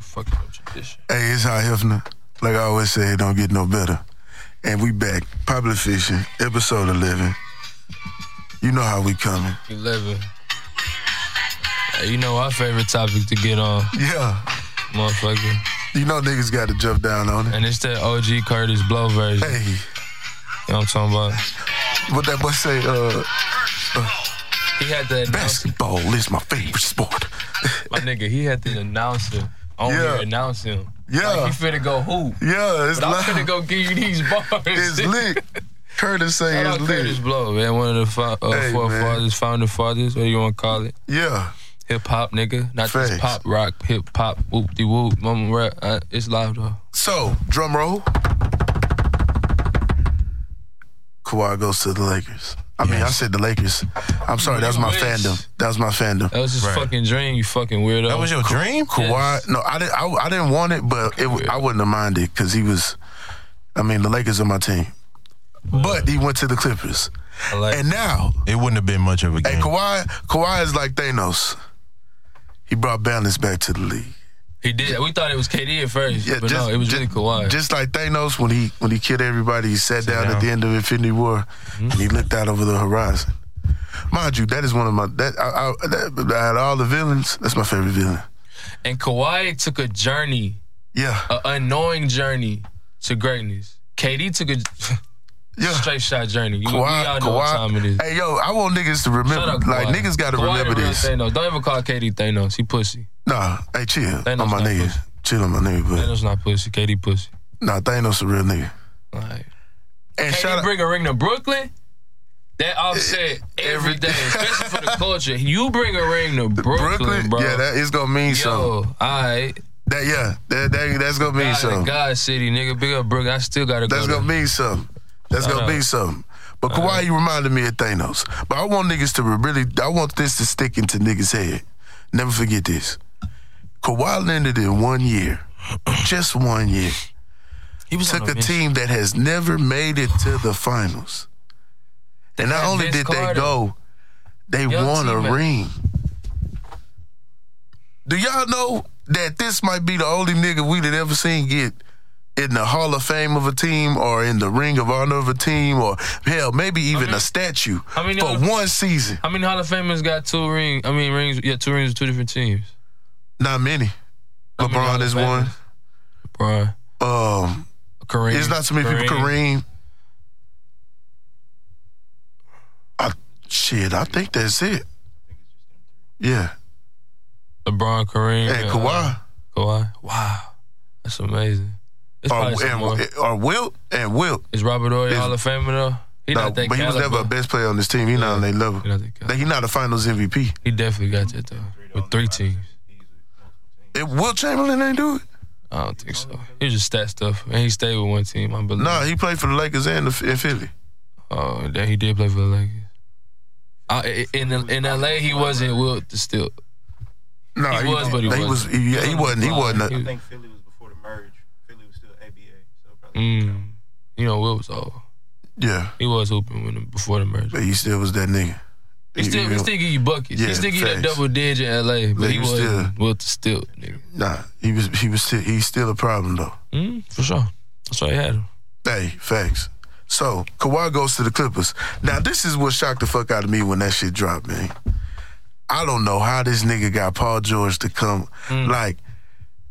fucking up tradition. Hey, it's High Hefner. Like I always say, it don't get no better. And we back, Public Fishing, episode 11. You know how we coming. 11. Hey, You know our favorite topic to get on, Yeah. motherfucker. You know niggas got to jump down on it. And it's that OG Curtis Blow version. Hey, You know what I'm talking about? what that boy say? Uh, He had to announce basketball is my favorite sport. my nigga, he had to announce him. On Yeah. here announce him. Yeah. Like he finna go hoop. Yeah, it's But I'm finna live. go give you these bars. It's lit. Curtis say Shout out it's Curtis lit. Blow, man. One of the fa- uh, Hey, four man. fathers, founder fathers, what do you want to call it? Yeah. Hip hop, nigga. Not Facts. just pop, rock, hip hop, whoop de whoop, mama rap. Uh, it's live, though. So, drum roll. Kawhi goes to the Lakers. I mean, I Yes. said the Lakers. I'm sorry, that was my Wish. fandom. That was my fandom. That was his Right. fucking dream, you fucking weirdo. That was your dream? Kawhi, no, I didn't. I, I didn't want it, but it, I wouldn't have minded because he was. I mean, the Lakers are my team, but he went to the Clippers, I like and now, It wouldn't have been much of a hey, game. Kawhi, Kawhi is like Thanos. He brought balance back to the league. He did. We thought it was KD at first, Yeah, but just, no, it was ju- really Kawhi. Just like Thanos when he when he killed everybody, he sat, down, at down. the end of Infinity War Mm-hmm. and he looked out over the horizon. Mind you, that is one of my that I, I, that out of all the villains, that's my favorite villain. and Kawhi took a journey, Yeah, an unknowing journey to greatness. KD took a yeah. straight shot journey. You, we Kawhi, all know what time it is. Kawhi. Hey yo, I want niggas to remember. Shut up, like Kawhi. niggas got to Kawhi the remember real this. Thanos. Don't ever call KD Thanos. He pussy. Nah, hey, chill Thanos on my not nigga. pussy. Chill on my nigga, but Thanos not pussy. KD pussy. nah, Thanos a real nigga. All right. And KD shout out, Eh, bring a ring to Brooklyn. That offset every day, especially for the culture. You bring a ring to Brooklyn, Brooklyn. bro. Yeah, that is gonna mean something. Yo, all right. That yeah, that, that that's gonna mean God, something. God City, nigga. Big up Brooklyn. I still gotta That's go. gonna mean something. That's Shout gonna out. mean something. But Kawhi, you reminded me of Thanos. But I want niggas to really, I want this to stick into niggas' head. Never forget this. Kawhi landed in one year, just one year. He was took on a team that has never made it to the finals. And not had only Vince did they Carter. go, they Young won a teammate. ring. Do y'all know that this might be the only nigga we did ever seen get in the Hall of Fame of a team or in the Ring of Honor of a team or hell, maybe even a statue I mean, for uh, one season? How many Hall of Famers got two rings? I mean, rings. Yeah, two rings with two different teams. Not many. How many Hall LeBron of is one. Famers? LeBron. Um, Kareem. it's not too many people. Kareem. I, shit, I think that's it. Yeah. LeBron, Kareem. And uh, Kawhi. Kawhi. Wow. That's amazing. It's, probably Or, some more. Oh, and, or Wilt. And Wilt. is Robert Ory is- Hall of Famer, though? He No, not that but he was caliber. never a best player on this team. He not on their level. He not that caliber. He not a finals MVP. He definitely got that, though. With three teams. It, Will Chamberlain ain't do it? I don't think so. He was just stat stuff. And he stayed with one team, I believe. Nah, he played for the Lakers and, the, and Philly. Oh, that he did play for the Lakers. Uh, i- in in LA, he wasn't Wilt still. Nah, He was, but he he was. wasn't. He, yeah, he wasn't. He wasn't. He- A, I think Philly was before the merge. Philly was still ABA, so probably Mm, you know, Wilt was old. yeah, He was hooping when before the merger. but he still was that nigga. He still, he still give you buckets. Yeah, he still give you that facts. double digit in LA, but But he he was wasn't Wilt still, nigga. Nah, he was. He was still. He's still a problem though. Mm, for sure. That's why he had him. Hey, facts. So Kawhi goes to the Clippers. Now this is what shocked the fuck out of me when that shit dropped, man. I don't know how this nigga got Paul George to come. Like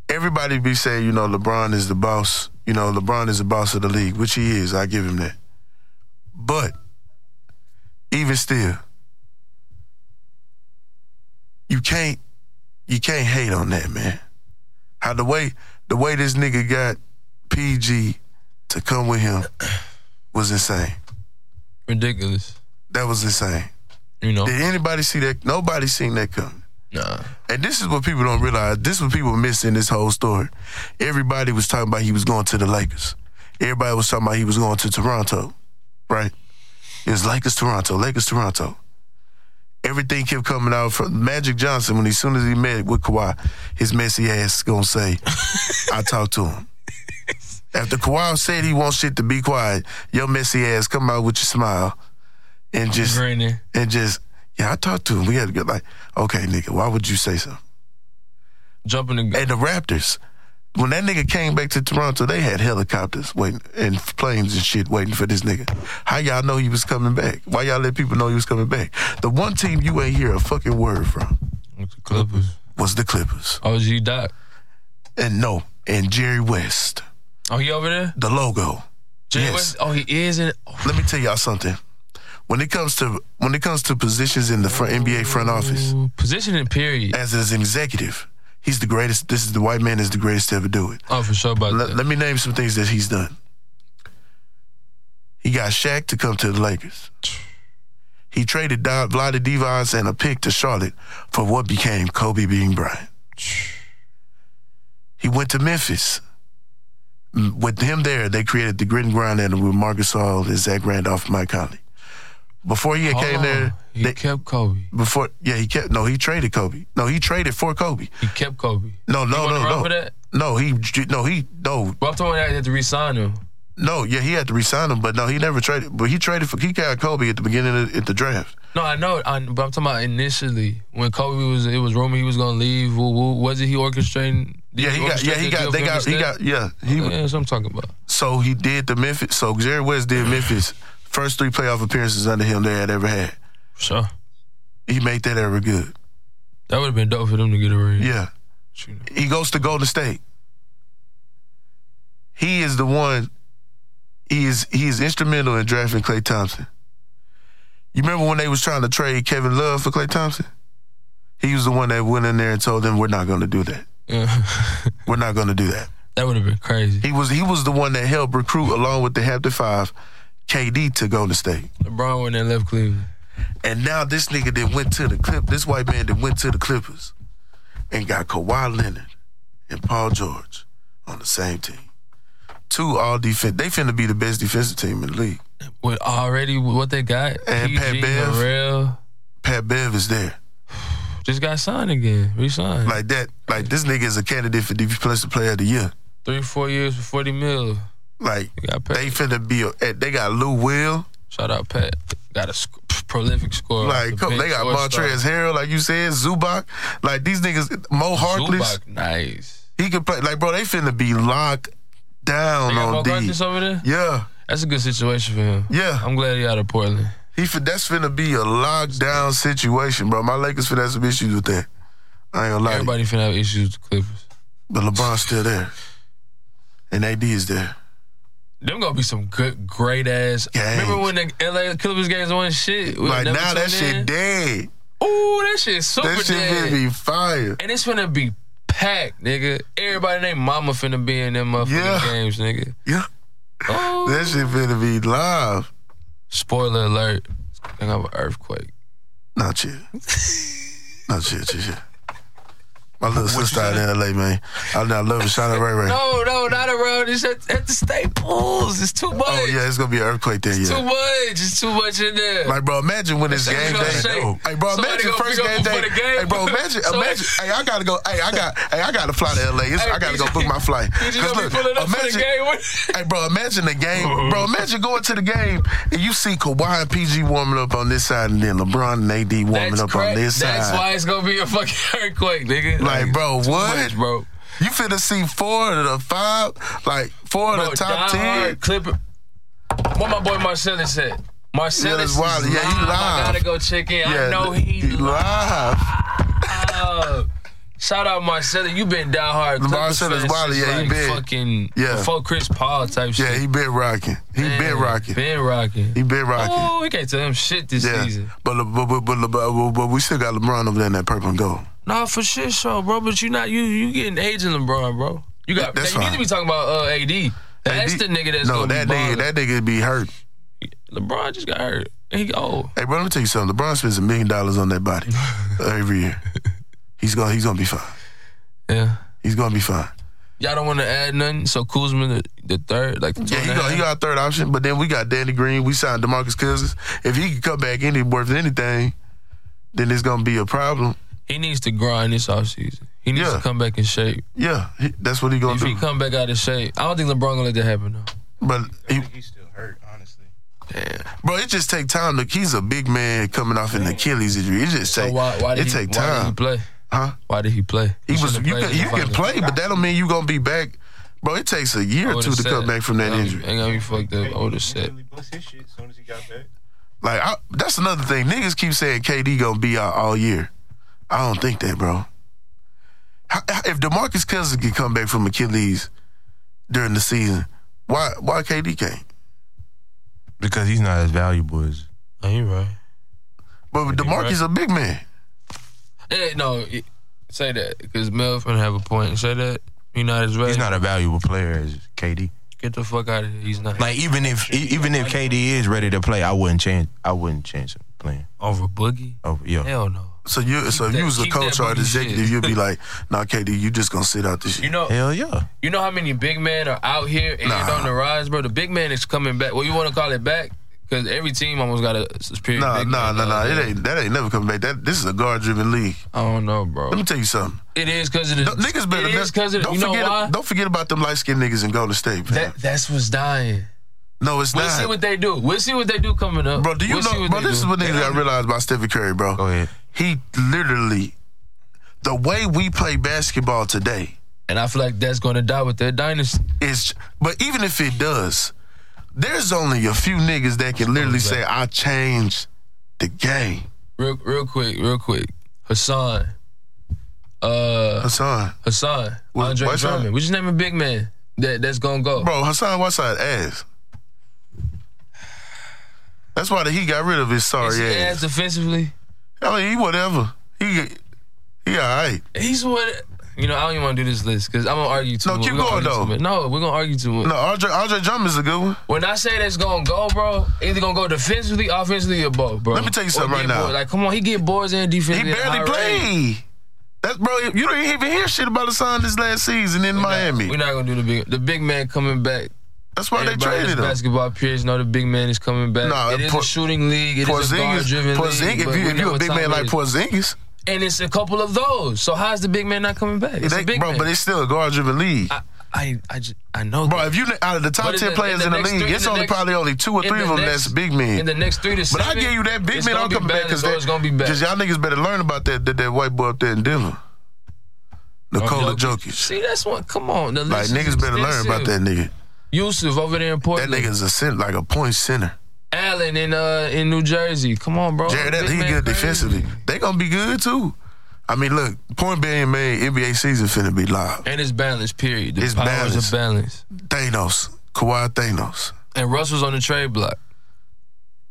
everybody be saying, you know, LeBron is the boss. You know, LeBron is the boss of the league, which he is. I give him that. But even still, you can't you can't hate on that, man. How the way the way this nigga got PG to come with him was insane. Ridiculous. That was insane. You know? Did anybody see that? Nobody seen that coming. Nah. And this is what people don't realize. This is what people miss in this whole story. Everybody was talking about he was going to the Lakers. Everybody was talking about he was going to Toronto, right? It was Lakers, Toronto, Lakers, Toronto. Everything kept coming out from Magic Johnson when as soon as he met with Kawhi, his messy ass gonna say, I talked to him. After Kawhi said he wants shit to be quiet, your messy ass come out with your smile and just Grinning. and just yeah, I talked to him. We had to get like, okay, nigga, why would you say something? Jumping the And the Raptors, when that nigga came back to Toronto, they had helicopters waiting and planes and shit waiting for this nigga. How y'all know he was coming back? Why y'all let people know he was coming back? The one team you ain't hear a fucking word from With the Clippers. was the Clippers. Oh, is he Doc? And no, and Jerry West, Oh, he over there? the logo. Jay Yes. West? Oh, he is in. Oh, Let me tell y'all something. When it comes to when it comes to positions in the front NBA front office, positioning, period. as an executive, he's the greatest. This is the white man is the greatest to ever do it. Oh, for sure about Let, that. let me name some things that he's done. He got Shaq to come to the Lakers. He traded Don, Vlade Devons and a pick to Charlotte for what became Kobe being Bryant. He went to Memphis. M- With him there, they created the grit and grind and with Marcus All and Zach Randolph and Mike Conley. Before he Hold came on. there, He they- kept Kobe. before yeah, he kept no, he traded Kobe. No, he traded for Kobe. He kept Kobe. No, no, wanna Oh, no, run no. for that? No, he no, he no, But I'm talking about he had to re-sign him. No, yeah, he had to resign him, but no, he never traded. But he traded for he got Kobe at the beginning of at the draft. No, I know, I, but I'm talking about initially when Kobe was. It was rumored he was gonna leave. Woo, woo. Was it he orchestrating? did Yeah, he got. Yeah, orchestrate he the deal got. They for him got. to He stay? got. Yeah, he. Yeah, that's what I'm talking about. So he did the Memphis. So Jerry West did Memphis first three playoff appearances under him they had ever had. For sure. He made that ever good. That would have been dope for them to get a ring. Yeah, You know. he goes to Golden State. He is the one. He is he is instrumental in drafting Clay Thompson. You remember when they was trying to trade Kevin Love for Clay Thompson? He was the one that went in there and told them we're not going to do that. Yeah. We're not going to do that. that would have been crazy. He was he was the one that helped recruit along with the Hampton Five, KD to Golden State. LeBron when they left Cleveland. And now this nigga that went to the clip, this white man that went to the Clippers, and got Kawhi Leonard and Paul George on the same team. Two all defense. They finna be the best defensive team in the league. With already what they got, And Pat PG, Bev. Morrell Pat Bev is there. just got signed again, re-signed. Like that. Like this nigga is a candidate for defensive player of the year. Three, four years for forty mil. Like They got Pat. they finna be. A, they got Lou Will. Shout out Pat. Got a sc- prolific scorer. Like come, they got Montrez Harrell. Like you said, Zubac. Like these niggas. Mo Harkless. Zubac, nice. He could play. Like bro, they finna be locked down They got on Mark D. Harkless over there. Yeah. That's a good situation for him. Yeah. I'm glad he out of Portland. He fin- that's finna be a lockdown situation, bro. My Lakers finna have some issues with that. I ain't gonna lie. to you. Everybody finna have issues with the Clippers. But LeBron's still there. And AD is there. Them gonna be some good, great ass. Games. Remember when the LA Clippers games won shit? We like never now that tuned shit in? dead. Ooh, that shit super That shit dead. finna be fire. and it's finna be packed, nigga. Everybody and their mama finna be in them motherfucking Yeah. games, nigga. Yeah. Oh. That shit finna be live. Spoiler alert. I have an earthquake. Nah, chill. nah, chill, chill, chill. My little sister out in LA, man. I, I love her. Shout out Ray Ray. No, no, not around. It's at, at the Staples. It's too much. Oh, yeah, it's gonna be an earthquake there, Too yeah. much. It's too much in there. Like, bro, imagine when it's Somebody game gonna day. shake. Hey, bro, Somebody imagine gonna pick first up game day. before the game. Hey, bro, imagine, So- imagine. Hey, I gotta go. Hey, I got. Hey, I gotta fly to LA. It's, I gotta go book my flight. You just 'Cause gonna be look, pulling up for the imagine- game. Hey, bro, imagine the game. Bro, imagine going to the game and you see Kawhi and PG warming up on this side, and then LeBron and AD warming That's up cra- on this That's side. why it's gonna be a fucking earthquake, nigga. Like, bro, what? much, bro. You finna see four of the five, like four Bro, of the top Die ten. Hard, Clipper. What my boy Marcellus said. Marcellus, it's wild. is Yeah, he I live. gotta go check in. I know th- he live. live. Shout out Marcellus. You been die hard. Clippers fan Marcellus since, wild, yeah, like he been. Fucking Yeah. Before Chris Paul type shit. Yeah, he been rocking. He been rocking. Been rocking. He been rocking. Oh, we can't tell him shit this Yeah, season. but, Le- but, but, but, Le- but, but- but we still got LeBron over there in that purple and gold. Nah, for shit, show, bro. But you not you you getting aging LeBron, bro. You got That's you need fine. to be talking about uh, AD. That's AD the nigga that's no, gonna that be nigga, balling. that nigga be hurt. LeBron just got hurt. And he old. Hey, bro, let me tell you something. LeBron spends a million dollars on that body every year. He's gonna, he's gonna be fine. Yeah. He's gonna be fine. Y'all don't want to add nothing. So Kuzma the, the third, like the two Yeah, and he a got, he half. got a third option, but then we got Danny Green. We signed Demarcus Cousins. If he can come back any worth anything, then it's gonna be a problem. He needs to grind this offseason. He needs Yeah. to come back in shape. Yeah, he, that's what he gonna If he do. come back out of shape, I don't think LeBron gonna let that happen though. But I he, Mm. think he's still hurt, honestly. bro, it just take time. Look, he's a big man coming off an Achilles injury. It just So take why why did it he, take why did time. he play? Huh? Why did he play? He was shouldn't you have can, played you in the can finals. play, but that don't mean you gonna be back. Bro, it takes a year I or would've two to said come it. back from that Ain't- injury. Ain't gonna be fucked up. Oh, I would have He said. really bust his shit as soon as he got back. Like I, that's another thing. Niggas keep saying KD gonna be out all year. I don't think that, bro. How, how- if DeMarcus Cousins can come back from Achilles during the season, why why KD can't? because he's not as valuable as Oh, you right. But DeMarcus a big man. Eh, no, eh, say that because Mel's gonna have a point. Say that you're not as right. he's not a valuable player as KD. Get the fuck out of here. He's not Like even if e- even if KD is ready to play, I wouldn't change. I wouldn't change him playing. over boogie. Oh yeah, Hell no. So you so if that- you was a keep that coach or an booty shit. executive, you'd be like, nah, KD, you just gonna sit out this You year. know, hell yeah. you know how many big men are out here and Nah. on the rise, bro. The big man is coming back. Well, you want to call it back because every team almost got a superior. Nah, big nah, man nah, nah. nowadays. It ain't that ain't never coming back. That this is a guard driven league. I don't know, bro. Let me tell you something. It is because of the Th- niggas better. It is because of don't you know forget, why. Don't forget about them light skinned niggas in Golden State. Man. That that's what's dying. no, it's We'll not. see what they do. We'll see what they do coming up. Bro, do you We'll see know? Bro, they this is do. what niggas I realized about Stephen Curry, bro. Go ahead. He literally, the way we play basketball today and I feel like that's gonna die with their dynasty. is. But even if it does, there's only a few niggas that can literally say, "I changed the game." Real, real quick, real quick. Hassan, uh, Hassan, Hassan, What- Andre what's that? Drummond. We just name a big man that that's gonna go. bro, Hassan Whiteside ass. That's why he got rid of his Is sorry he ass. ass defensively. I mean, he whatever. He he alright. He's what. You know, I don't even want to do this list because I'm gonna argue too No, much. keep We're gonna going, argue too though. much. No, we're gonna argue too much. No, Andre Andre Drummond's a good one. When I say that's gonna go, bro, either gonna go defensively, offensively, or both, bro. Let me tell you Or something right get now. Boards. Like, come on, he get boards and He defense. at high barely rate. played. That's bro. You didn't even hear shit about Hassan this last season in Miami. We're not gonna do the big the big man coming back. That's why Oh, they Everybody traded that's him. Basketball peers know the big man is coming back. Nah, it is Por- a shooting league. It is a guard driven Porzingis, Porzingis. league. If but you we if know you a what big time man it like is. Porzingis, and it's a couple of those. So how's the big man not coming back? It's they, a big bro, man. but it's still a guard driven league. I, I I ju- I know. bro, that. if you out of the top But in ten the- players in in the the, next league, three- it's in the only next- probably only two or in three of the them next- that's big in men. the next three to But seven, I give you that big it's man gonna don't be come back balanced, because or it's gonna be back. Cause y'all niggas better learn about that that, that white boy up there in Denver, Nikola Jokic. See, that's one. Come on, the Like list is niggas better learn about extensive. that nigga. Yusuf over there in That Portland. nigga's a cent like a point center. Allen in uh in New Jersey. Come on, bro. Jared, that, Oh, Big he man good crazy. defensively. They gonna be good too. I mean, look, point being made, NBA season finna be live. And it's balanced, period. The It's powers balanced. are balanced. Thanos, Kawhi Thanos, And Russell's on the trade block.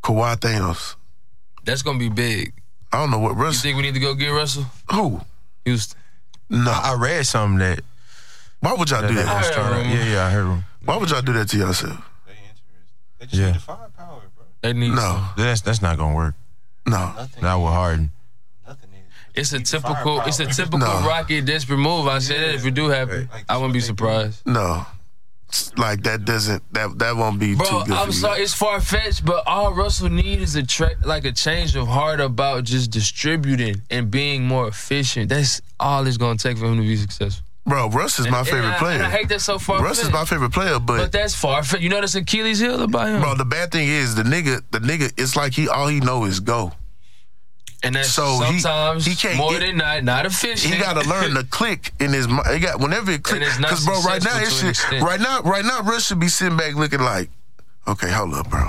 Kawhi Thanos. That's gonna be big. I don't know what You Russ. think we need to go get Russell? Who? Houston. No. I, I read something that, Why would y'all that, do that that? was trying to, yeah yeah I heard him. Why would y'all do that to yourself? They interested. They just Yeah. need the firepower, bro. That needs No, That's that's not gonna work. no. Nothing. That will harden. Nothing It's is. a Need the typical it's a firepower. typical No. Rocket desperate move. I said that if it do happen, Like, I wouldn't be that's what they surprised. No. It's Like that doesn't that that won't be Bro, too good. I'm for you. sorry, it's far fetched, but all Russell needs is a tra- like a change of heart about just distributing and being more efficient. That's all it's gonna take for him to be successful. Bro, Russ is my And favorite I- player. And I hate that so far. Russ is my favorite player, But but that's far fetched. You know that's Achilles heel about him. bro, the bad thing is the nigga, the nigga, it's like he all he know is go. and that's so he- sometimes he can't more get- than not, not efficient. He got to learn to click in his. mi- He got whenever it clicks. it's not Because bro, right now successful it to an should. extent. Right now, right now, Russ should be sitting back looking like, okay, hold up, bro.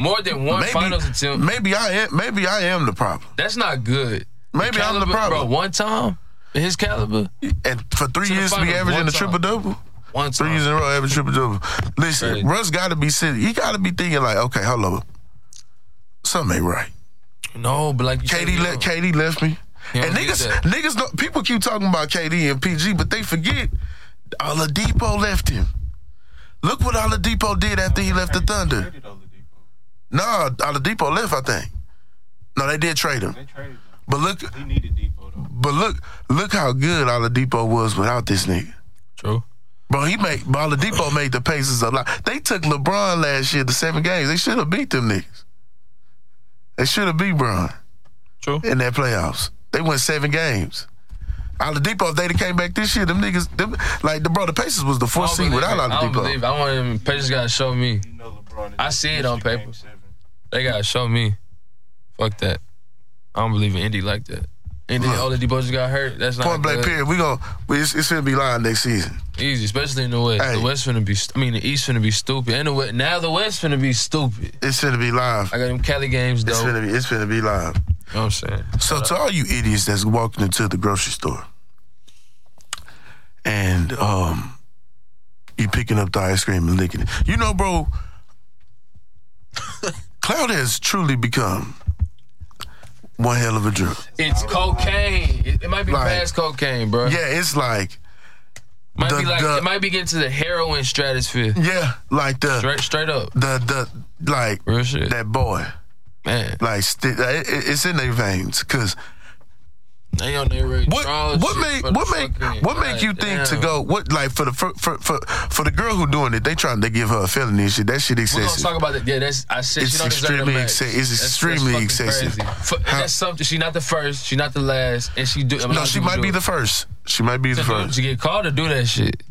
more than one finals Maybe, attempt. maybe I am. Maybe I am the problem. That's not good. Maybe I'm the Caliber- problem. Bro, one time, his caliber, And for three the years to be finals one averaging a time. triple double, one three years time. in a row averaging triple double. Listen, Crazy. Russ got to be sitting. He got to be thinking like, okay, hold up, something ain't right. No, but like you said, KD you left. know, KD left me. He don't And get niggas, that. niggas, know, people keep talking about KD and PG, but they forget Oladipo left him. Look what Oladipo did after he left the Thunder. They traded Oladipo. Nah, Oladipo left, I think. No, they did trade him. They traded him. But look, He needed Depot though. but look, look how good Oladipo was without this nigga. True. Bro, he made bro, Oladipo made the Pacers a lot. They took LeBron last year to seven games. They should have beat them niggas. They should have beat Bron. True. in that playoffs. They won seven games. Oladipo, if they'd have came back this year, them niggas, them, like the bro, the Pacers was the I don't fourth seed believe without it. I don't Oladipo. believe it. I want him. Patriots gotta show me. You know LeBron. I see it on Game paper. seven. They gotta show me. Fuck that. I don't believe in Indy like that. and then Look. all the Debo got hurt. That's not Point blank good. period. We gonna we, it's, it's gonna be lying next season. easy, especially in the West. Hey. The West finna be. st- I mean, the East finna be stupid. And the West, now the West finna be stupid. It's gonna be live. I got them Cali games though. It's gonna be it's gonna be live. you know what I'm saying. So to all you idiots that's walking into the grocery store and um you picking up the ice cream and licking it. You know, bro, Cloud has truly become one hell of a drug. It's cocaine. It, it might be Like- past cocaine, bro. Yeah, it's like might be the- like the- it might be getting to the heroin stratosphere. yeah, like the Straight, straight up, the the like real shit, that boy. man. Like sti- it- it- it's in their veins cuz They on their red What drawers what shit make for the what make fucking- what make you God think to damn. go what like for the for for for, for the girl who doing it they trying to give her a felony and shit that shit We're gonna excessive. talk about that. Yeah, that's I said. It's she don't deserve extremely the max. exce- it's That's- extremely that's fucking excessive. crazy. For- and How- that's something. She not the first. She not the last. And she do. I mean, no, she might be the first. She might be the first. first. She get called to do that shit,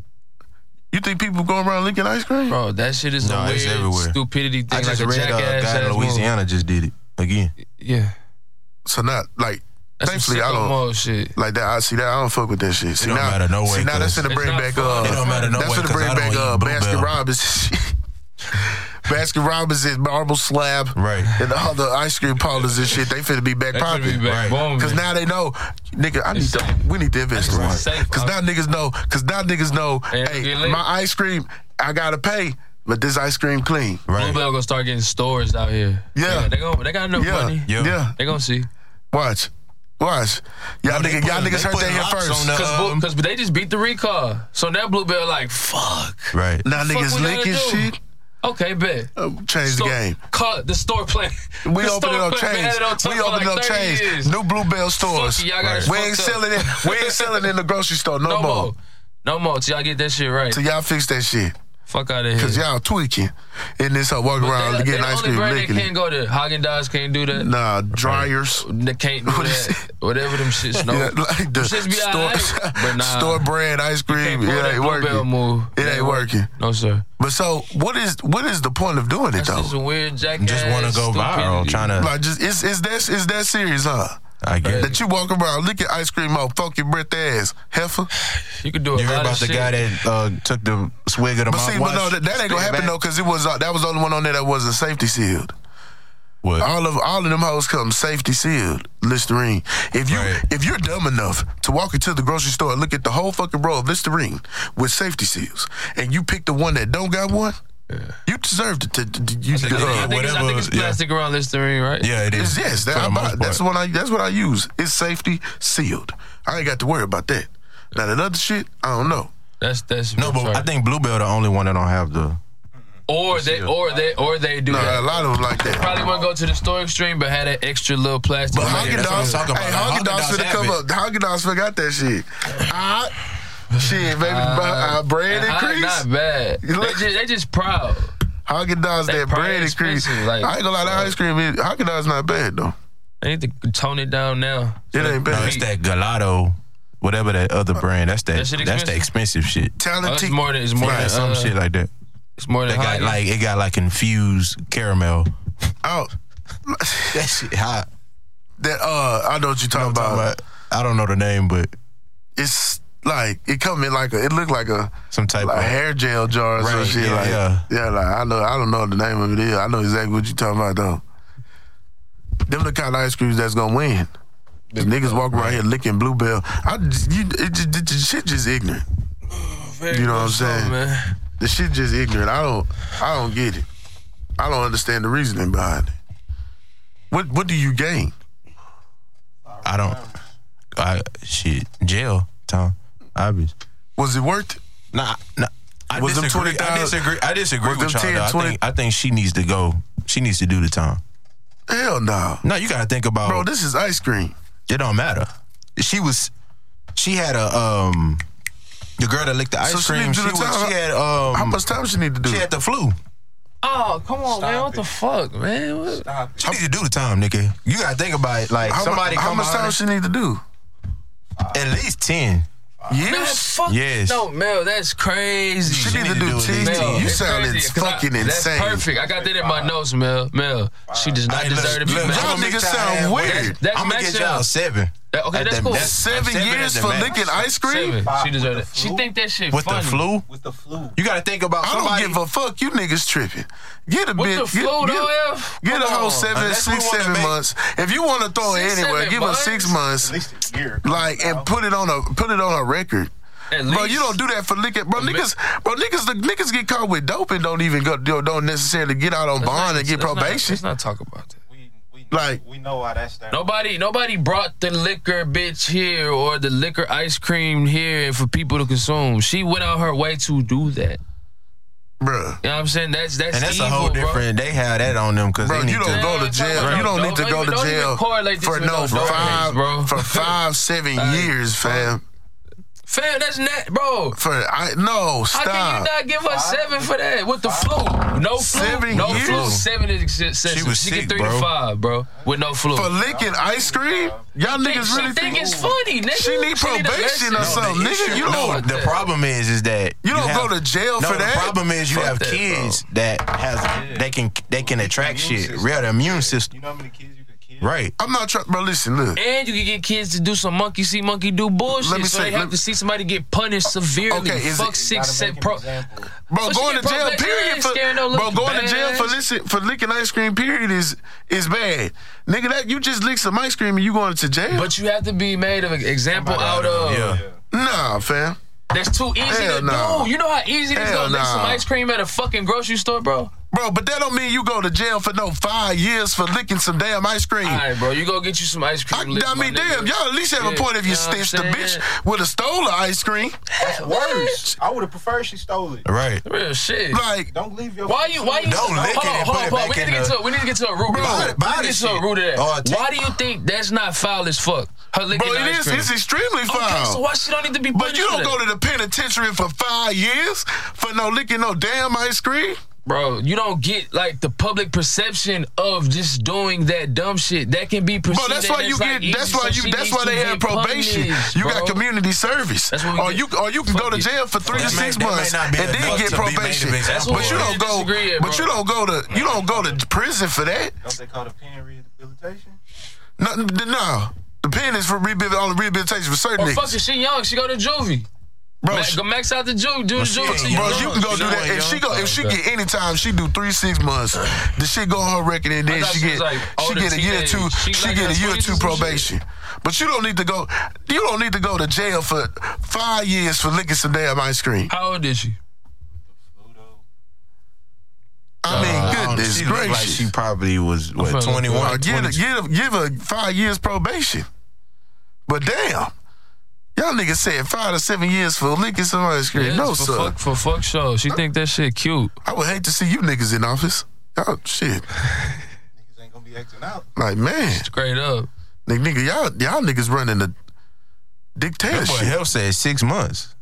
You think people going around licking ice cream? bro. That shit is Nah, a it's weird everywhere. stupidity thing. I just like a read uh, a jackass guy ass in Louisiana just did it again. move. Yeah, So not like. that's thankfully, I some sicko don't mode shit. like that. I see that. I don't fuck with that shit. See don't now, matter no way, see now that's cuz it's gonna bring not back fun. uh, It don't matter no that's way, gonna cuz bring I don't back eat uh, Baskin Bluebell. Robbins. Baskin Robbins and marble slab, Right. And all the ice cream parlors and shit. They finna be back That should popping. be back Right. booming. Cause now they know, nigga. I need It's to. safe. We need to invest It's in one. safe. Cause now niggas know. Cause now niggas know. And Hey, get lit. my ice cream, I gotta pay, but this ice cream clean. Right. Bluebell gonna start getting stores out here. Yeah. they gonna they got enough Yeah, money. Yeah. yeah. They gonna see. Watch, watch. Y'all No, they niggas, y'all putting- niggas they heard that putting here locks first. on that. Cause, Blue- Um, cause they just beat the recall. So now Bluebell like fuck. Right. Now Fuck we niggas gotta licking do? shit. Okay, bet. Uh, change the Store- game. Call the store plan. We the open it store up plan chains. had on top We for open it like up 30 chains. years. New Bluebell stores. Fuck you, y'all got us We ain't fucked up. selling it. We ain't selling in the grocery store no, No more. more. No more. Till y'all get that shit right. So y'all fix that shit. Fuck out of here. Cause y'all tweaking in this uh, hoe walking around they, getting they ice only cream brand licking. that it. can't go to Hagen Dazs can't do that. Nah, dryers. They can't do What is that. Whatever them shits. No. Yeah, like the Shits be store, alright, but nah. store brand ice cream. Can't It pull that ain't Bluebell working. move. It ain't working. No sir. But so what is what is the point of doing it That's just though? a weird jackass. Just want to go viral, stupidity. trying to. Like just it's it's that it's that serious, huh? I get it. That you walk around licking ice cream off funky breath ass heifer. You could do a You heard lot about of the shit. guy that uh, took the swig of the But see, mouthwash? but no, that, that ain't gonna happen though, cause it was uh, that was the only one on there that wasn't safety sealed. What? All of all of them hoes come safety sealed, Listerine. If you Right. if you're dumb enough to walk into the grocery store and look at the whole fucking row of Listerine with safety seals, and you pick the one that don't got one, you deserve to. to, to you, I think, I uh, think it's- I think it's Whatever, yeah. plastic around Listerine, right? Yeah, it it's- is. yes, that, For the I buy- most that's part. what I that's what I use. It's safety sealed. I ain't got to worry about that. Now that other shit, I don't know. That's that's No, but I think Bluebell the only one that don't have the. or they or they or they do No, that. a lot of them like that. Probably wouldn't go to the store extreme, but had that extra little plastic. But layer. Haagen that's what I'm Dazs, talking about. hey, Like, Haagen Dazs Häagen-Dazs finna have come it. up. Haagen Dazs forgot that shit. Ah, shit, baby, uh, uh, bread And Haagen increase. Uh-huh, Not bad. They You look- just, they just proud. Haagen Dazs, They that probably bread increase. expensive, like- I ain't gonna lie, that ice cream. is- Haagen Dazs not bad though. They need to tone it down now. It ain't No, bad. it's that Galato, whatever that other brand. That's Uh, that. That shit that's the expensive shit. Oh, it's Talented. more than it's more Yeah, than some uh, shit like that. It's more than That got Haagen. like it got like infused caramel. out. That shit hot. That uh, I know what you're talking, about. I don't know the name, but It's like it come in like a. It look like a. some type Like of hair gel jar or some Right, shit yeah, like yeah. yeah like I know I don't know what the name of it is I know exactly what you talking about though. Them the kind of ice creams that's gonna win. The niggas walk around here licking bluebell. I just- you it, just it, just- shit just ignorant. you know what I'm saying? man. The shit just ignorant. I don't I don't get it. I don't understand the reasoning behind it. What what do you gain? I don't. I shit jail time. Obvious. Was it worth it? Nah, nah. I Was them disagree. I 20,000 disagree. I disagree was with them y'all. 10, though. I 20? think I think she needs to go. She needs to do the time. Hell no. No, you gotta think about. Bro, this is ice cream. it don't matter. She was. She had a um. The girl that licked the ice So she cream. need She, to do the was, time. she had um. How much time she need to do? She it? had the flu. Oh come on, man! Stop What the it. fuck, man? What? Stop it. She needs to do the time, nigga. You gotta think about it. Like How, mu- somebody how come much out time she need to do? at least ten. Man, Years? fuck Yes. no, Mel. That's crazy. She need to need do to do at least TT. ten. You it's sounding crazy, 'cause I- fucking that's insane. perfect. I got that in my notes, Mel. Mel, she does not Hey, deserve to be look, mad. Y'all I'ma make niggas sound halfway. weird. That's I'ma messed get y'all up. seven. That- okay, At that's that- cool. that's Seven Seven years is the for max. licking ice cream? Seven. She With deserved the it. She flu? think that shit with funny. the flu. With the flu. You got to think about I somebody. don't give a fuck. You niggas tripping. Get a With bit. the flu, get, though, F? get, get a Come whole on. seven, Unless we six, wanna seven make- months. If you want to throw it Six, anywhere, seven give her six months? months. At least a year. Like and put it on a put it on a record. At Bro, least- you don't do that for liquor, bro. mi- Niggas, bro, niggas, the niggas get caught with dope and don't even go, don't don't necessarily get out on let's bond not- and get let's not- probation. Let's not talk about that. We, we, Like- we know why that's there. Nobody, nobody brought the liquor bitch here or the liquor ice cream here for people to consume. She went out her way to do that. Bro, You know what I'm saying? That's that's and that's evil, a whole bro. different. They have that on them because bro, you don't Man, go to talk jail. about You don't dope. need to Don't go even- to don't even jail correlate this for with no no dope five, case, bro. for five, seven years, fam. Fam, that's not, bro. For I How no can stop. you not give us seven for that? With the flu, no flu, Seven no years? flu. Seven is ex- excessive. She was get sick, three bro. to five, bro, with no flu. For licking ice cream, y'all Think- niggas she really think think it's funny, nigga. She a need probation lesson. or No, something. the nigga, issue- you no, don't- fuck The that. problem is, is that You don't go to jail no, for the that. problem is you Fuck have that, kids that have they can they can attract immune shit. system. Real the immune system, You know how many kids you could kill? right? I'm not trying, bro. Listen, look. And you can get kids to do some monkey see, monkey do bullshit. Let me so say- they have let- to see somebody get punished severely. Okay, is Fuck it- Gotta six make set an pro. example. Bro, But she going to get jail, probation. She period. ain't For, scared no bro, little going to jail for badass. listen for licking ice cream, period, is is bad. Nigga, that you just licked some ice cream and you going to jail? But you have to be made of an example out of. Yeah. nah, fam. That's too easy Hell to nah. do. You know how easy it is to Hell go lick some nah. ice cream at a fucking grocery store, bro? Bro, but that don't mean you go to jail for no five years for licking some damn ice cream. All right, bro. You go get you some ice I, cream. lick, I my mean, nigga. damn, y'all at least have a Yeah, point if you you know what I'm stitched the saying? bitch with a stole of ice cream. That's worse. I would have preferred she stole it. Right. Real shit. Like, Don't leave your. Why you? Why you? Don't lick hold on, hold it and put on, it hold on. back We need to in get the- to. We need to get to a root. Bro, cause- body we need to get to a shit. root of that. Oh, I take- why do you think that's not foul as fuck? Her licking bro, it ice is. cream. It's extremely Okay, foul. so why she don't need to be punished? but you for don't that? go to the penitentiary for five years for no licking no damn ice cream. bro. You don't get like the public perception of just doing that dumb shit. That can be perceived. Bro, that's as, why you like, get. easy, that's so why you. she That's needs why to they get have probation. punished, you bro. got community service. That's what we or get. you or you can go Fuck to it. jail for three to That may- six that may months not be and then enough get to be made of probation. example. That's But what you we don't go. disagree at, But you bro. don't go to. You don't go to prison for that. Don't they call the pen rehabilitation? No, no. The pen is for rehabil- on the rehabilitation for certain Or fuck niggas. it, she young. She go to juvie. Bro, Ma- she- go max out the juvie. Do the she juvie. ain't till young. Bro, done. you can go She do done that. young. If she go, if she Okay. get any time, she do three six months. The shit go on her record, and then I thought she she get was like oh, she older get a year or teenage. two. She, She like get in a her year or 20s two or some probation. But you don't need to go. You don't need to go to jail for five years for licking some damn ice cream. How old is she? Ludo. I mean, I don't- goodness Um, she looked gracious. like she probably was what finna look twenty Or one. give, a, give, a, give her five years probation. But damn, y'all niggas said five to seven years for licking some ice cream. Yes, no, for sir. Fuck, for fuck show. She think that shit cute. I would hate to see you niggas in office. Y'all, shit. Niggas ain't gonna be acting out. Like, man. Straight up. Nigga, nigga y'all, y'all niggas running the That boy dictatorship. health said six months.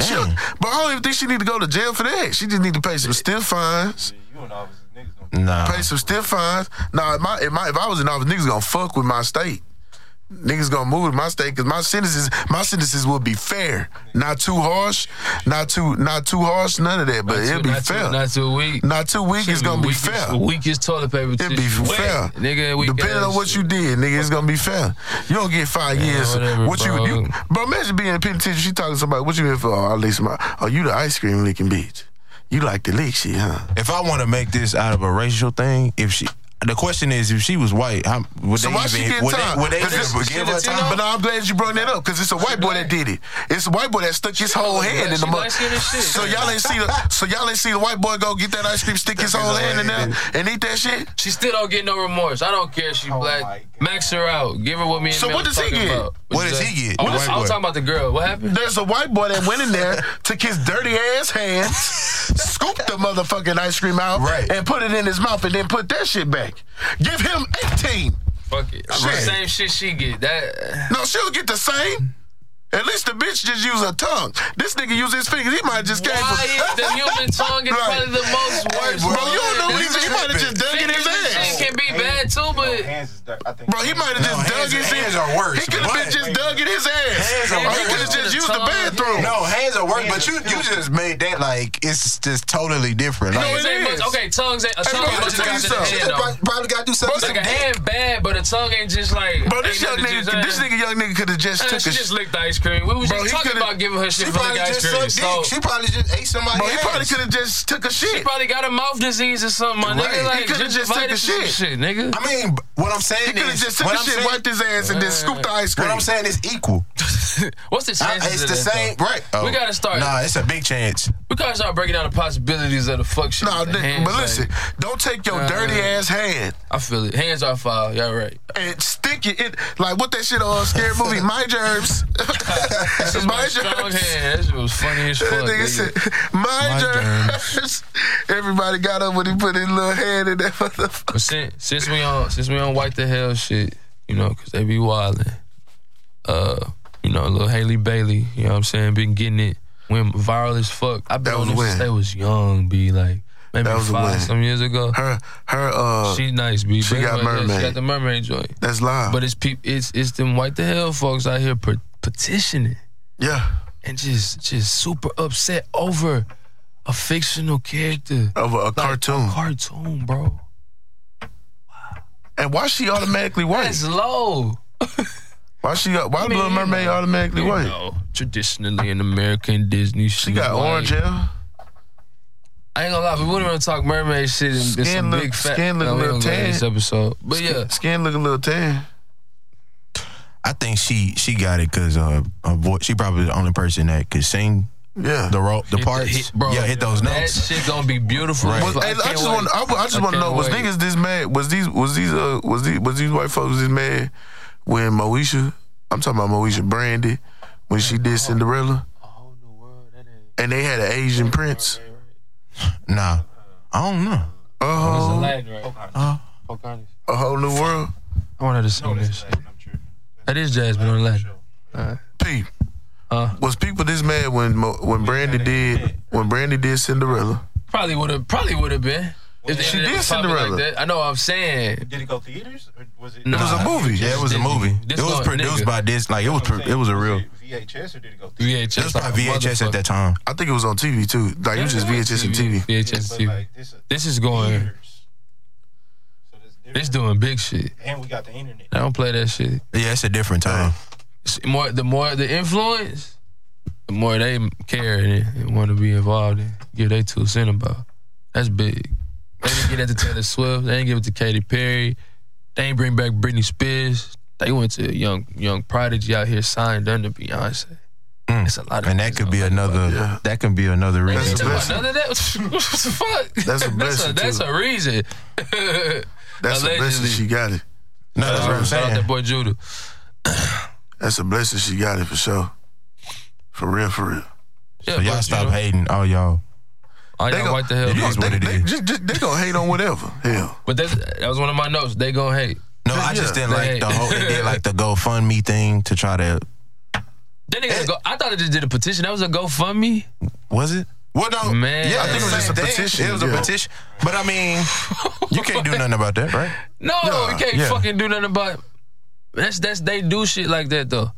She- Damn. But I don't even think she need to go to jail for that. She just need to pay some stiff fines. Yeah, You in the office, niggas gonna. Nah. Pay some stiff fines. Now, if, my, if, my, if I was in office, niggas gonna fuck with my state. Niggas gonna move to my state because my sentences, my sentences will be fair, not too harsh, not too, not too harsh, none of that. But Not it'll too- be not fair. Too, not too weak. Not too weak. It's gonna be Weakest- fair. Weakest toilet paper. It be tissue. fair. Wet, Nigga, weak Depending on ass what you did, nigga, it's gonna be fair. You don't get five years. whatever, what bro. you, you, bro? Imagine being in penitentiary. She talking to somebody. What you here for? Oh, I lick my. Oh, you the ice cream licking bitch. You like to lick shit, huh? If I want to make this out of a racial thing, if she, the question is, if she was white, how, would So they why even, she get would time? they, would they Cause even this- she give her Latino? time? But no, I'm glad you brought that up because it's a white boy that did it. It's a white boy that stuck his whole black. hand in She the mug. light-skinned as shit. So y'all ain't see the. So y'all ain't see the white boy go get that ice cream, stick his Stuck his whole whole hand in hand there, and eat that shit. She still don't get no remorse. I don't care if she Oh my black. God. Max her out. Give her what me and So Mel what does he talking get? about. What is does that? he get? Oh, The this- white I boy. was talking about the girl. What happened? There's a white boy that went in there, took his dirty ass hands, scooped the motherfucking ice cream out, Right. and put it in his mouth, and then put that shit back. Give him 18. Fuck it. Right. Same shit she get. That No, she'll get the same. At least the bitch just used her tongue. This nigga used his fingers. He might just came why is from. the human tongue is Right. probably the most worst. Bro, you don't know. Niggas He, he might have just dug in his Fingers and shit ass. can be bad that too, but Hands is dirt. I think. Bro, he might have No, just dug hands- his hands are worse, He could have been but- just dug in his ass. Hands are Or he worse. could have just used the Tongue. bathroom. No, hands are worse, Hands but are you you filthy. just made that like it's just totally different. Like, No, tongues it ain't is. much. Okay, tongues ain't. A tongue bro, ain't let me much tell you got to the something. head, though. Pro- probably got to do Bro, something. Like a hand bad, but a tongue ain't just like. Bro, this ain't young nothing nigga, just that. this nigga young nigga could have just Uh, took she a just sh- licked the ice cream. We was Bro, he just talking coulda- about giving her She shit for probably the ice just cream. sucked So dick. She probably just ate somebody. Bro, he probably ass. could have just took a she shit. probably got a mouth disease or something, my Right. He nigga. Like, coulda just just took invited the to some shit. shit, nigga. I mean, b- what I'm saying He could have is, just took what a I'm shit, saying- wiped his ass, and then scooped the ice cream. what I'm saying is equal. What's the I- chances? it's of the that, same, though? right? Oh. We gotta start. Nah, it's a big chance. We gotta start breaking down the possibilities of the fuck shit. Nah, with the nigga, hands, but like- listen, don't take your Uh, dirty ass hand I feel it. Hands are foul. Y'all right. and stick it in like what that shit on scary movie, My Germs. This is my my strong Germs. hand. That shit was funny as fuck. That nigga nigga. said, my My germs. Everybody got up when he put his little hand in that motherfucker. But since, since we on since we on white the hell shit, you know, cause they be wildin'. Uh, you know, little Haley Bailey, you know what I'm saying, been getting it when viral as fuck. I've been That on was this since when? they was young, be like maybe That was when? five some years ago. Her, her, uh, She nice, b. she But got anyway, yeah, mermaid. She got the mermaid joint. that's live. But it's peop, it's it's them white the hell folks out here pe- petitioning yeah, and just just super upset over a fictional character of a, a cartoon. cartoon, bro. And why she automatically white? That's low. Why she? Why Little mean, Mermaid automatically You white? know, traditionally in American Disney, she, She got was white. orange hair. I ain't gonna lie, if we wouldn't want to talk mermaid shit and and Skin some look- big fat. skin look no, we little don't go in tan. this episode, but yeah, Skin look a little tan. I think she she got it because uh, her voice. She probably the only person that could sing Yeah. the ro- Hit the the- parts. hit- bro, yeah, hit those that notes. shit gonna be beautiful. Right. But, I hey, I, can't just wait. want I, I just I want to know can't was wait. niggas this mad? Was these was these uh was these was these white folks this mad when Moesha? I'm talking about Moesha Brandy when she did Cinderella A whole new world, that ain't- and they had an Asian prince. Nah, I don't know. A whole, Aladdin, right? Oh, Uh, Pocahontas. a whole new world. I wanted to sing No, that's this. Aladdin, I'm tripping. That is Jasmine on Aladdin. Sure. Peep Uh, was people this mad when Mo- when Brandy did when Brandy did Cinderella? probably would have, probably would have been. If they She ended up did popping Cinderella. that. I know. what I'm saying. Did it go theaters or was it? Nah. It was a movie. Yeah, it was a movie. This it was going produced nigga. by this. Like it was. Pro- it was a real. VHS or did it go theaters? VHS. It was like a probably VHS at that time. I think it was on TV too. Like you just VHS and TV. VHS Yeah, and but, TV. like, this is This is going. theaters. So that's This different. doing big shit. And we got the internet. I don't play that shit. Yeah, it's a different time. It's more the more the influence, the more they care and, and want to be involved and give they two cent about. That's big. They didn't get that to Taylor Swift. They didn't give it to Katy Perry. They ain't bring back Britney Spears. They went to young young prodigy out here signed under Beyonce. Mm. It's a lot of And that things could be I'm like, another. Yeah. That could be another "Ain't reason. they That's a talking about blessing. none of that. What the fuck? That's a blessing, that's, a, that's too. a reason. That's a blessing Allegedly. she got it. No, that's what I'm Shout out saying. that boy Judah. That's a blessing she got it for sure. For real, for real. Yeah, So y'all stop hating. Oh y'all. I They y'all gon- white the hell. It bro. is what They, it they, is. just, just, they gonna hate on whatever. Hell. But that's, that was one of my notes. They gonna hate. No, I just Yeah. didn't like the whole. They did like the GoFundMe thing to try to. That nigga, go, I thought it just did a petition. That was a GoFundMe. Was it? Well, no. Man. Yeah, I think it was just Same a thing. petition. It was Yeah. a petition. But I mean, you can't do nothing about that, right? No, you can't yeah. fucking do nothing about. That's that's they do shit like that though,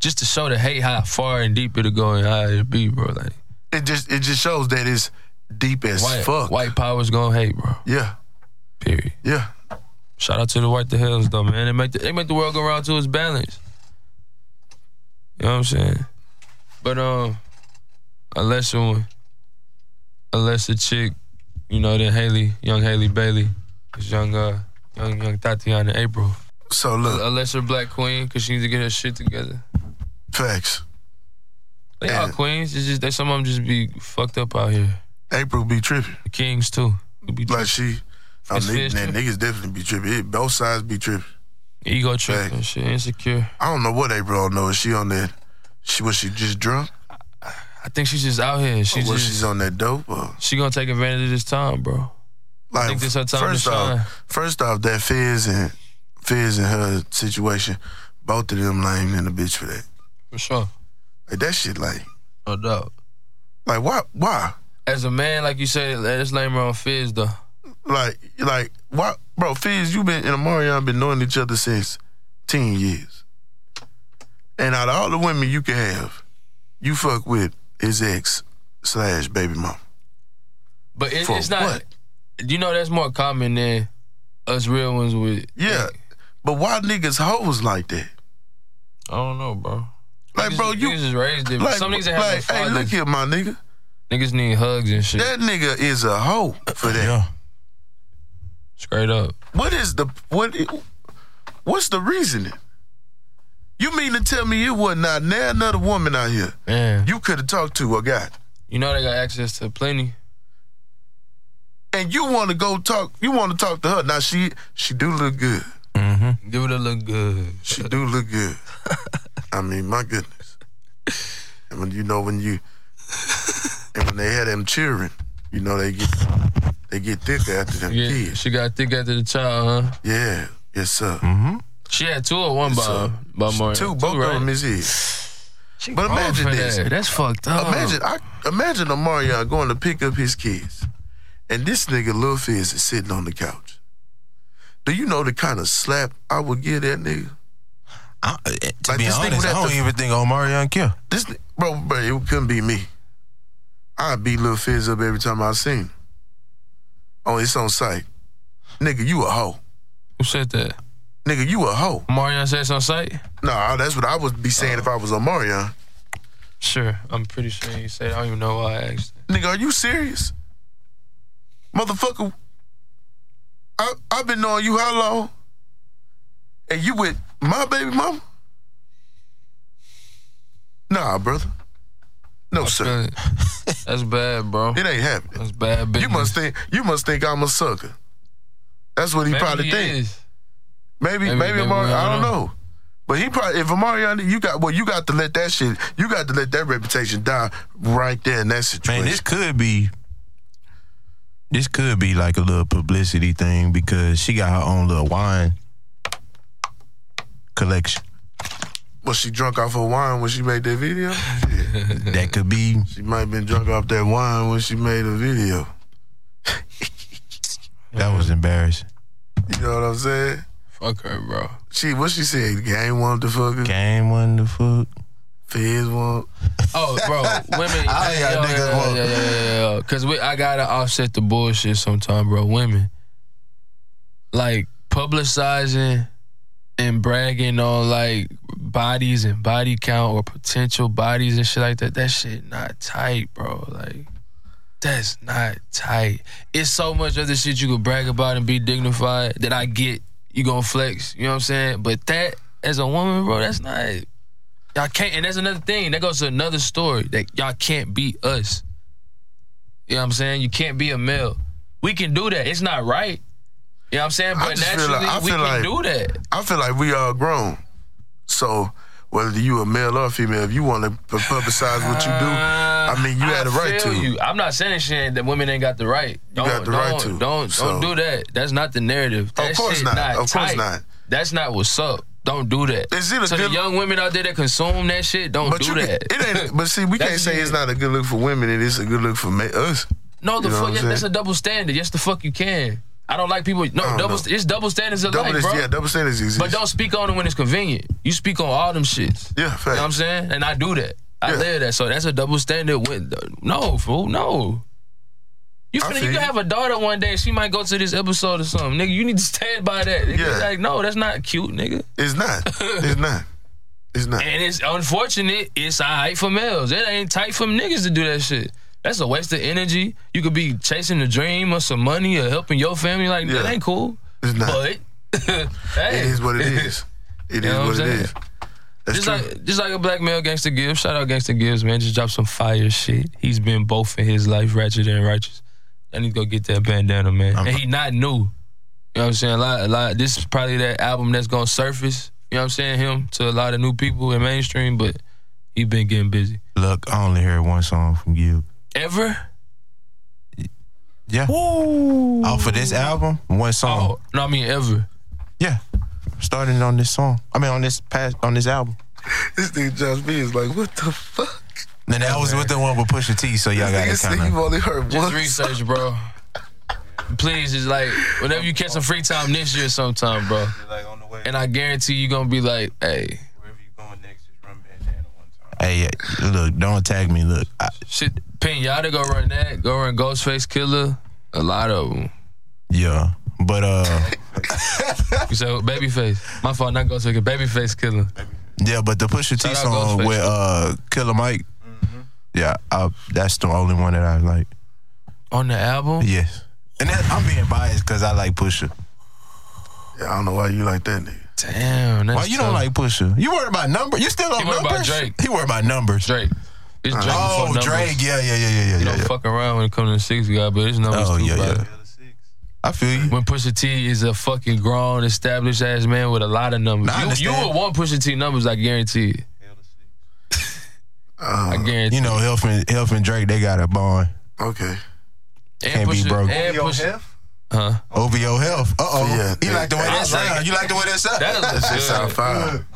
just to show the hate how far and deep it'll go and how it'll be, bro. Like It just it just shows that it's deep as white fuck. white power's gonna hate, bro. Yeah, Period. yeah. Shout out to the white the hells though, man. They make the, they make the world go round to its balance. You know what I'm saying? But um, unless you unless the chick, you know, then Haley, young Haley Bailey, this young uh, young young Tatiana April, So look, unless her black queen, cause she needs to get her shit together. facts. They all Yeah. queens. It's just that some of them just be fucked up out here. April be tripping. The kings too. It Be Like she, I It's mean, fish, man, too. niggas definitely be tripping. It, both sides be tripping. ego trip and shit, insecure. I don't know what April on though. Is she on that? She was she just drunk? I think she's just out here. She Or was just she's on that dope? Or, she gonna take advantage of this time, bro. like think this her time to first shine. off, first off, that Fizz and Fizz and her situation, both of them lame in the bitch for that. For sure. Like that shit, like No doubt. like why why As a man, like you said, that's lame around Fizz though. like like why Bro, Fizz, you been and Amarion been knowing each other since 10 years. And out of all the women you can have, you fuck with his ex slash baby mom. But it, For it's not. what? You know, that's more common than us real ones with. Yeah. But why niggas hoes like that? I don't know, bro. Like, Niggas- bro, you niggas is raised different. like, Some niggas have like, no hey, look fathers. here, my nigga. Niggas need hugs and shit. That nigga is a hoe for that. Yeah. Straight up. What is the what? i- What's the reasoning? You mean to tell me it was not now another woman out here Man. you could have talked to or got, You know they got access to plenty. and you want to go talk? You want to talk to her? Now she she do look good. Give it a look good. She do look good. I mean, my goodness. And when you know when you and when they had them children, you know they get they get thicker after them Yeah, kids. she Mm-hmm. got thick after the child, huh? Yeah, yes sir. She had two or one Yes, by, sir. by Mario. Two, both right? of them is here. But Wrong imagine for this. that. That's fucked up. Imagine I imagine Omarion going to pick up his kids, and this nigga Lil Fizz is sitting on the couch. Do you know the kind of slap I would give that nigga? I, eh, to Like, be this nigga honest, would I have don't to- even think Omarion care. This ni- bro, bro, it couldn't be me. I beat Lil Fizz up every time I seen him. Oh, it's on sight. Nigga, you a hoe. Who said that? Nigga, you a hoe. Mario said some site? Nah, that's what I would be saying if I was Omarion. Sure. I'm pretty sure he said I don't even know why I asked. that. Nigga, are you serious? Motherfucker, I, I've been knowing you how long? And you with my baby mama? Nah, brother. No, sir. Feel it. That's bad, bro. It ain't happening. That's bad business. You must think you must think I'm a sucker. That's what he Maybe probably he thinks. is. Maybe, Maybe- maybe, maybe Amari, we don't I don't know. know. But he probably, if Amari, on it, you got, well, you got to let that shit, you got to let that reputation die right there in that situation. Man, this could be. This could be like a little publicity thing because she got her own little wine collection. was she drunk off her wine when she made that video? Shit. That could be. she might have been drunk off that wine when she made the video. That was embarrassing. You know what I'm saying? Fuck her, bro. She, what she said? Gang want the fucker. Game one the fuck. Fizz want. Oh, bro, women. I ain't got yeah, niggas yeah, want- yeah, yeah, yeah, yeah. Cause we, I gotta offset the bullshit sometime, bro. Women, like publicizing and bragging on like bodies and body count or potential bodies and shit like that. That shit not tight, bro. Like. That's not tight. It's so much other shit you could brag about and be dignified that I get you gonna flex, you know what I'm saying? But that as a woman, bro, that's not Y'all can't, and that's another thing. That goes to another story that y'all can't be us. You know what I'm saying? You can't be a male. We can do that. It's not right. You know what I'm saying? I But just feel naturally, like- I we feel can like- do that. I feel like we all grown. So, whether you a male or female, if you want to publicize what you do, I mean, you had a right Ah, feel to. You. I'm not saying shit that women ain't got the right. Don't, got the don't, right to, Don't, don't so- do that. That's not the narrative. That course shit not. Of course tight. not. That's not what's up. Don't do that. Is it a so good- the young women out there that consume that shit, don't But do you, that. can- it ain't. But see, we can't That's say it. it's not a good look for women, and it's a good look for ma- us. No, the You know what fuck. I'm Yeah, saying? that's a double standard. Yes, the fuck you can. I don't like people. I No, don't double. know. st It's double standards of Double life, this, bro. yeah, double standards exist. but don't speak on it when it's convenient. You speak on all them shits. Yeah, You know fact. what I'm saying? And I do that. I Yeah. live that. So that's a double standard. With uh, no fool, no. You I finna, feel you you. can have a daughter one day. She might go to this episode or something, nigga. You need to stand by that. Nigga. Yeah. Like no, that's not cute, nigga. It's not. It's not. It's not. And it's unfortunate. It's alright for males. It ain't tight for niggas to do that shit. That's a waste of energy. You could be chasing a dream or some money or helping your family. Like Yeah. that ain't cool. It's not. But hey, It is what it is. It is You know what what I'm it saying? is. That's Just true. like just like a black male gangster Gibbs. Shout out gangster Gibbs, man. Just dropped some fire shit. He's been both in his life, ratchet and righteous. I need to go get that bandana, man. and he not new. You know what I'm saying? A lot, a lot. This is probably that album that's gonna surface. You know what I'm saying? Him to a lot of new people in mainstream, but he been getting busy. Look, I only heard one song from you. Ever? Yeah. Off of this album, one song. Oh, no, I mean ever. Yeah. Starting on this song. I mean on this past on this album. This nigga Josh B is like, what the fuck? And that was with the one with Pusha T, so y'all got Nigga to said kind you've of. only heard Just one. research, bro. please just like whenever you catch some free time this year sometime, bro. Just like on the way, And I guarantee you gonna be like, hey, wherever you going next, just run bandana one Hey, time. look, don't tag me. Look, I, shit, Pinata go run that, go run Ghostface Killer, a lot of them. yeah, but uh, You say Babyface, my fault, not Ghostface, Killer, Babyface Killer. yeah, but the Pusha T Shout out song Ghostface. Mm-hmm. with uh Killer Mike, yeah, I, that's the only one that I like. On the album, Yes, and that, I'm being biased because I like Pusha. Yeah, I don't know why you like that nigga. damn, that's Why you don't tough. like Pusha? You worried about number? You still on He worried about numbers? Drake. He worried about numbers. Drake? It's Drake. before Oh, numbers. Drake. Yeah, yeah, yeah, yeah, yeah, You yeah. don't yeah. fuck around when it comes to the six guy, but it's numbers Oh, too. yeah, bro. yeah. The other six. I feel you. When Pusha T is a fucking grown, established ass man with a lot of numbers, Nah, I you, you understand. would want Pusha T numbers, I guarantee. it. Hell to six. I Uh, guarantee. You know, Health and Health and Drake, they got a bond. okay. and can't be Pusha, broke. And Yo, Pusha, Hef? huh? OVO Health. Uh oh. Yeah, you yeah. like the way that's I like sound. it. You like the way that sound. That looks That good. sound fire.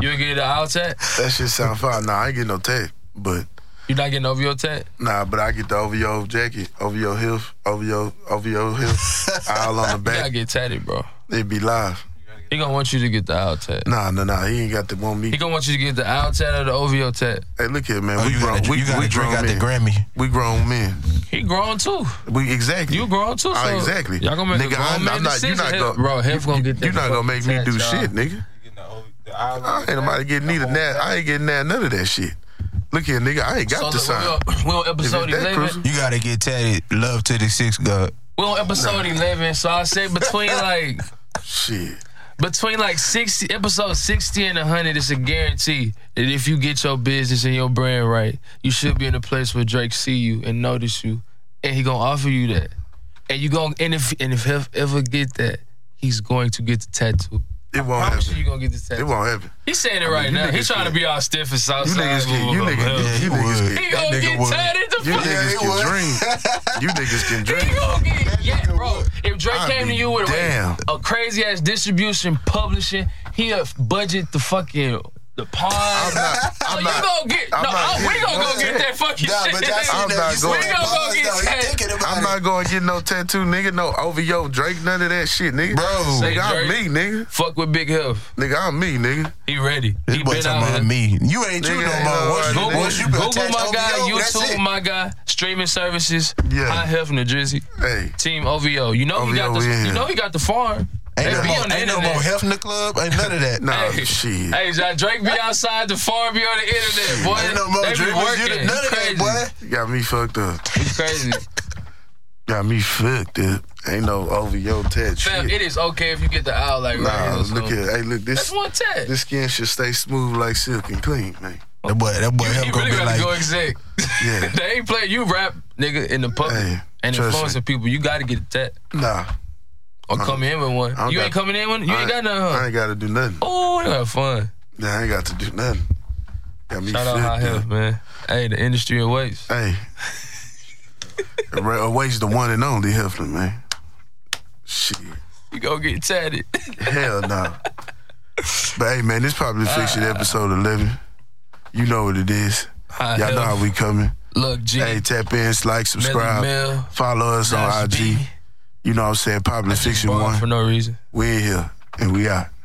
You ain't get the out tat? That shit sound fire. Nah, I ain't getting no tech, but You not getting over your tat? Nah, but I get the OVO jacket, OVO heel, OVO OVO heel, all on the You gotta back. get tatted, bro. It be live. He gonna want you to get the out tat. Nah, nah, nah. He ain't got the one He me. gonna want you to get the out tat or the OVO tat. Hey, look here, man. Oh, we you grown. got to, we, you got we to drink grown out the men. Grammy. we grown men. He grown too. We exactly. You grown too. So Ah, exactly. Y'all gonna make Nigga, a grown I'm- man I'm not- you decision. not Hef- gonna- bro, Hef gonna get that. You're not gonna make me fucking do tat, shit, y'all. nigga. You getting the O- the island? I ain't nobody getting neither that. I ain't getting that none of that shit. Look here, nigga. I ain't So got the look, sign. we on- we on If episode it's that eleven. crucial, You got to get tatted. Love to the six uh, god. We on episode eleven. So I say between like shit. between like sixty episode sixty and hundred, it's a guarantee that if you get your business and your brand right, you should be in a place where Drake see you and notice you, and he gonna offer you that, and you gonna and if and if Hef ever get that, he's going to get the tattoo. It won't I'm sure happen. you gonna get the It tattoo. won't happen. He's saying it right you now. niggas He's trying to get- be all stiff and You Southside. niggas get. You niggas. You Yeah, niggas he would. get. He That gonna nigga get would. tatted the You fuck. Yeah, he niggas would. can dream. You niggas can He dream. gonna get- yeah, nigga bro. would. If Drake I'd came to be you with a, damn. a crazy ass distribution publishing, he a budget the fucking the pawn. not- so I'm Oh, you not- gonna get I'm no? not I, we getting gonna no go get tat. that fucking Nah, shit. but that's I'm not you know, you going- said We gonna go pause, get though. tatted. He thinking about I'm it. not going to get no tattoo, nigga. No OVO Drake, none of that shit, nigga. Bro. nigga, I'm me, Drake. nigga. Fuck with Big Health. Nigga, I'm me, nigga. He ready. This he boy been talking out about here. me. You ain't you Nigga, no ain't more. no right, Once, you- Google, nigga. once you been Google attached my to guy, OVO, that's YouTube it. my guy, streaming services. Yeah. I have New Jersey. Hey, Team OVO. You know he got OVO, the yeah. you know he got the farm. Ain't, They no be more, on the ain't no internet. more health in the club. Ain't none of that. nah, Hey. shit. Hey, John, Drake be outside the farm, be on the internet, boy. Ain't no more they be dreamers. You working. done- None of that, crazy. boy. Got me fucked up. It's crazy. Got me fucked up. Ain't no OVO tat Fam, shit. it is okay if you get the owl like right Nah, here. so- look here. Hey, look, That's this one tat. this skin should stay smooth like silk and clean, man. That boy, that boy, you health really gonna be gotta like, go exec. Yeah. they ain't play you rap, nigga, in the public Hey, and trust influencing people. You gotta get a tat Nah, or come in with one. don't You ain't got- coming in with one? You I ain't got none. I ain't got to do nothing. Oh, they have fun. Nah, I ain't got to do nothing. Got me Shout out High fucked Health, up. man. Hey, the industry awaits. Hey. Ra- Away's the one and only Heflin, man. Shit. You gonna get tatted. Hell no. but hey, man, this probably fiction episode 11. You know what it is. High Y'all know Health. how we coming. Look, G. Hey, tap in, like, Melly subscribe, Mel. follow us on Nas IG. B. You know what I'm saying? Probably fiction Barred one. For no reason. We in here and we out.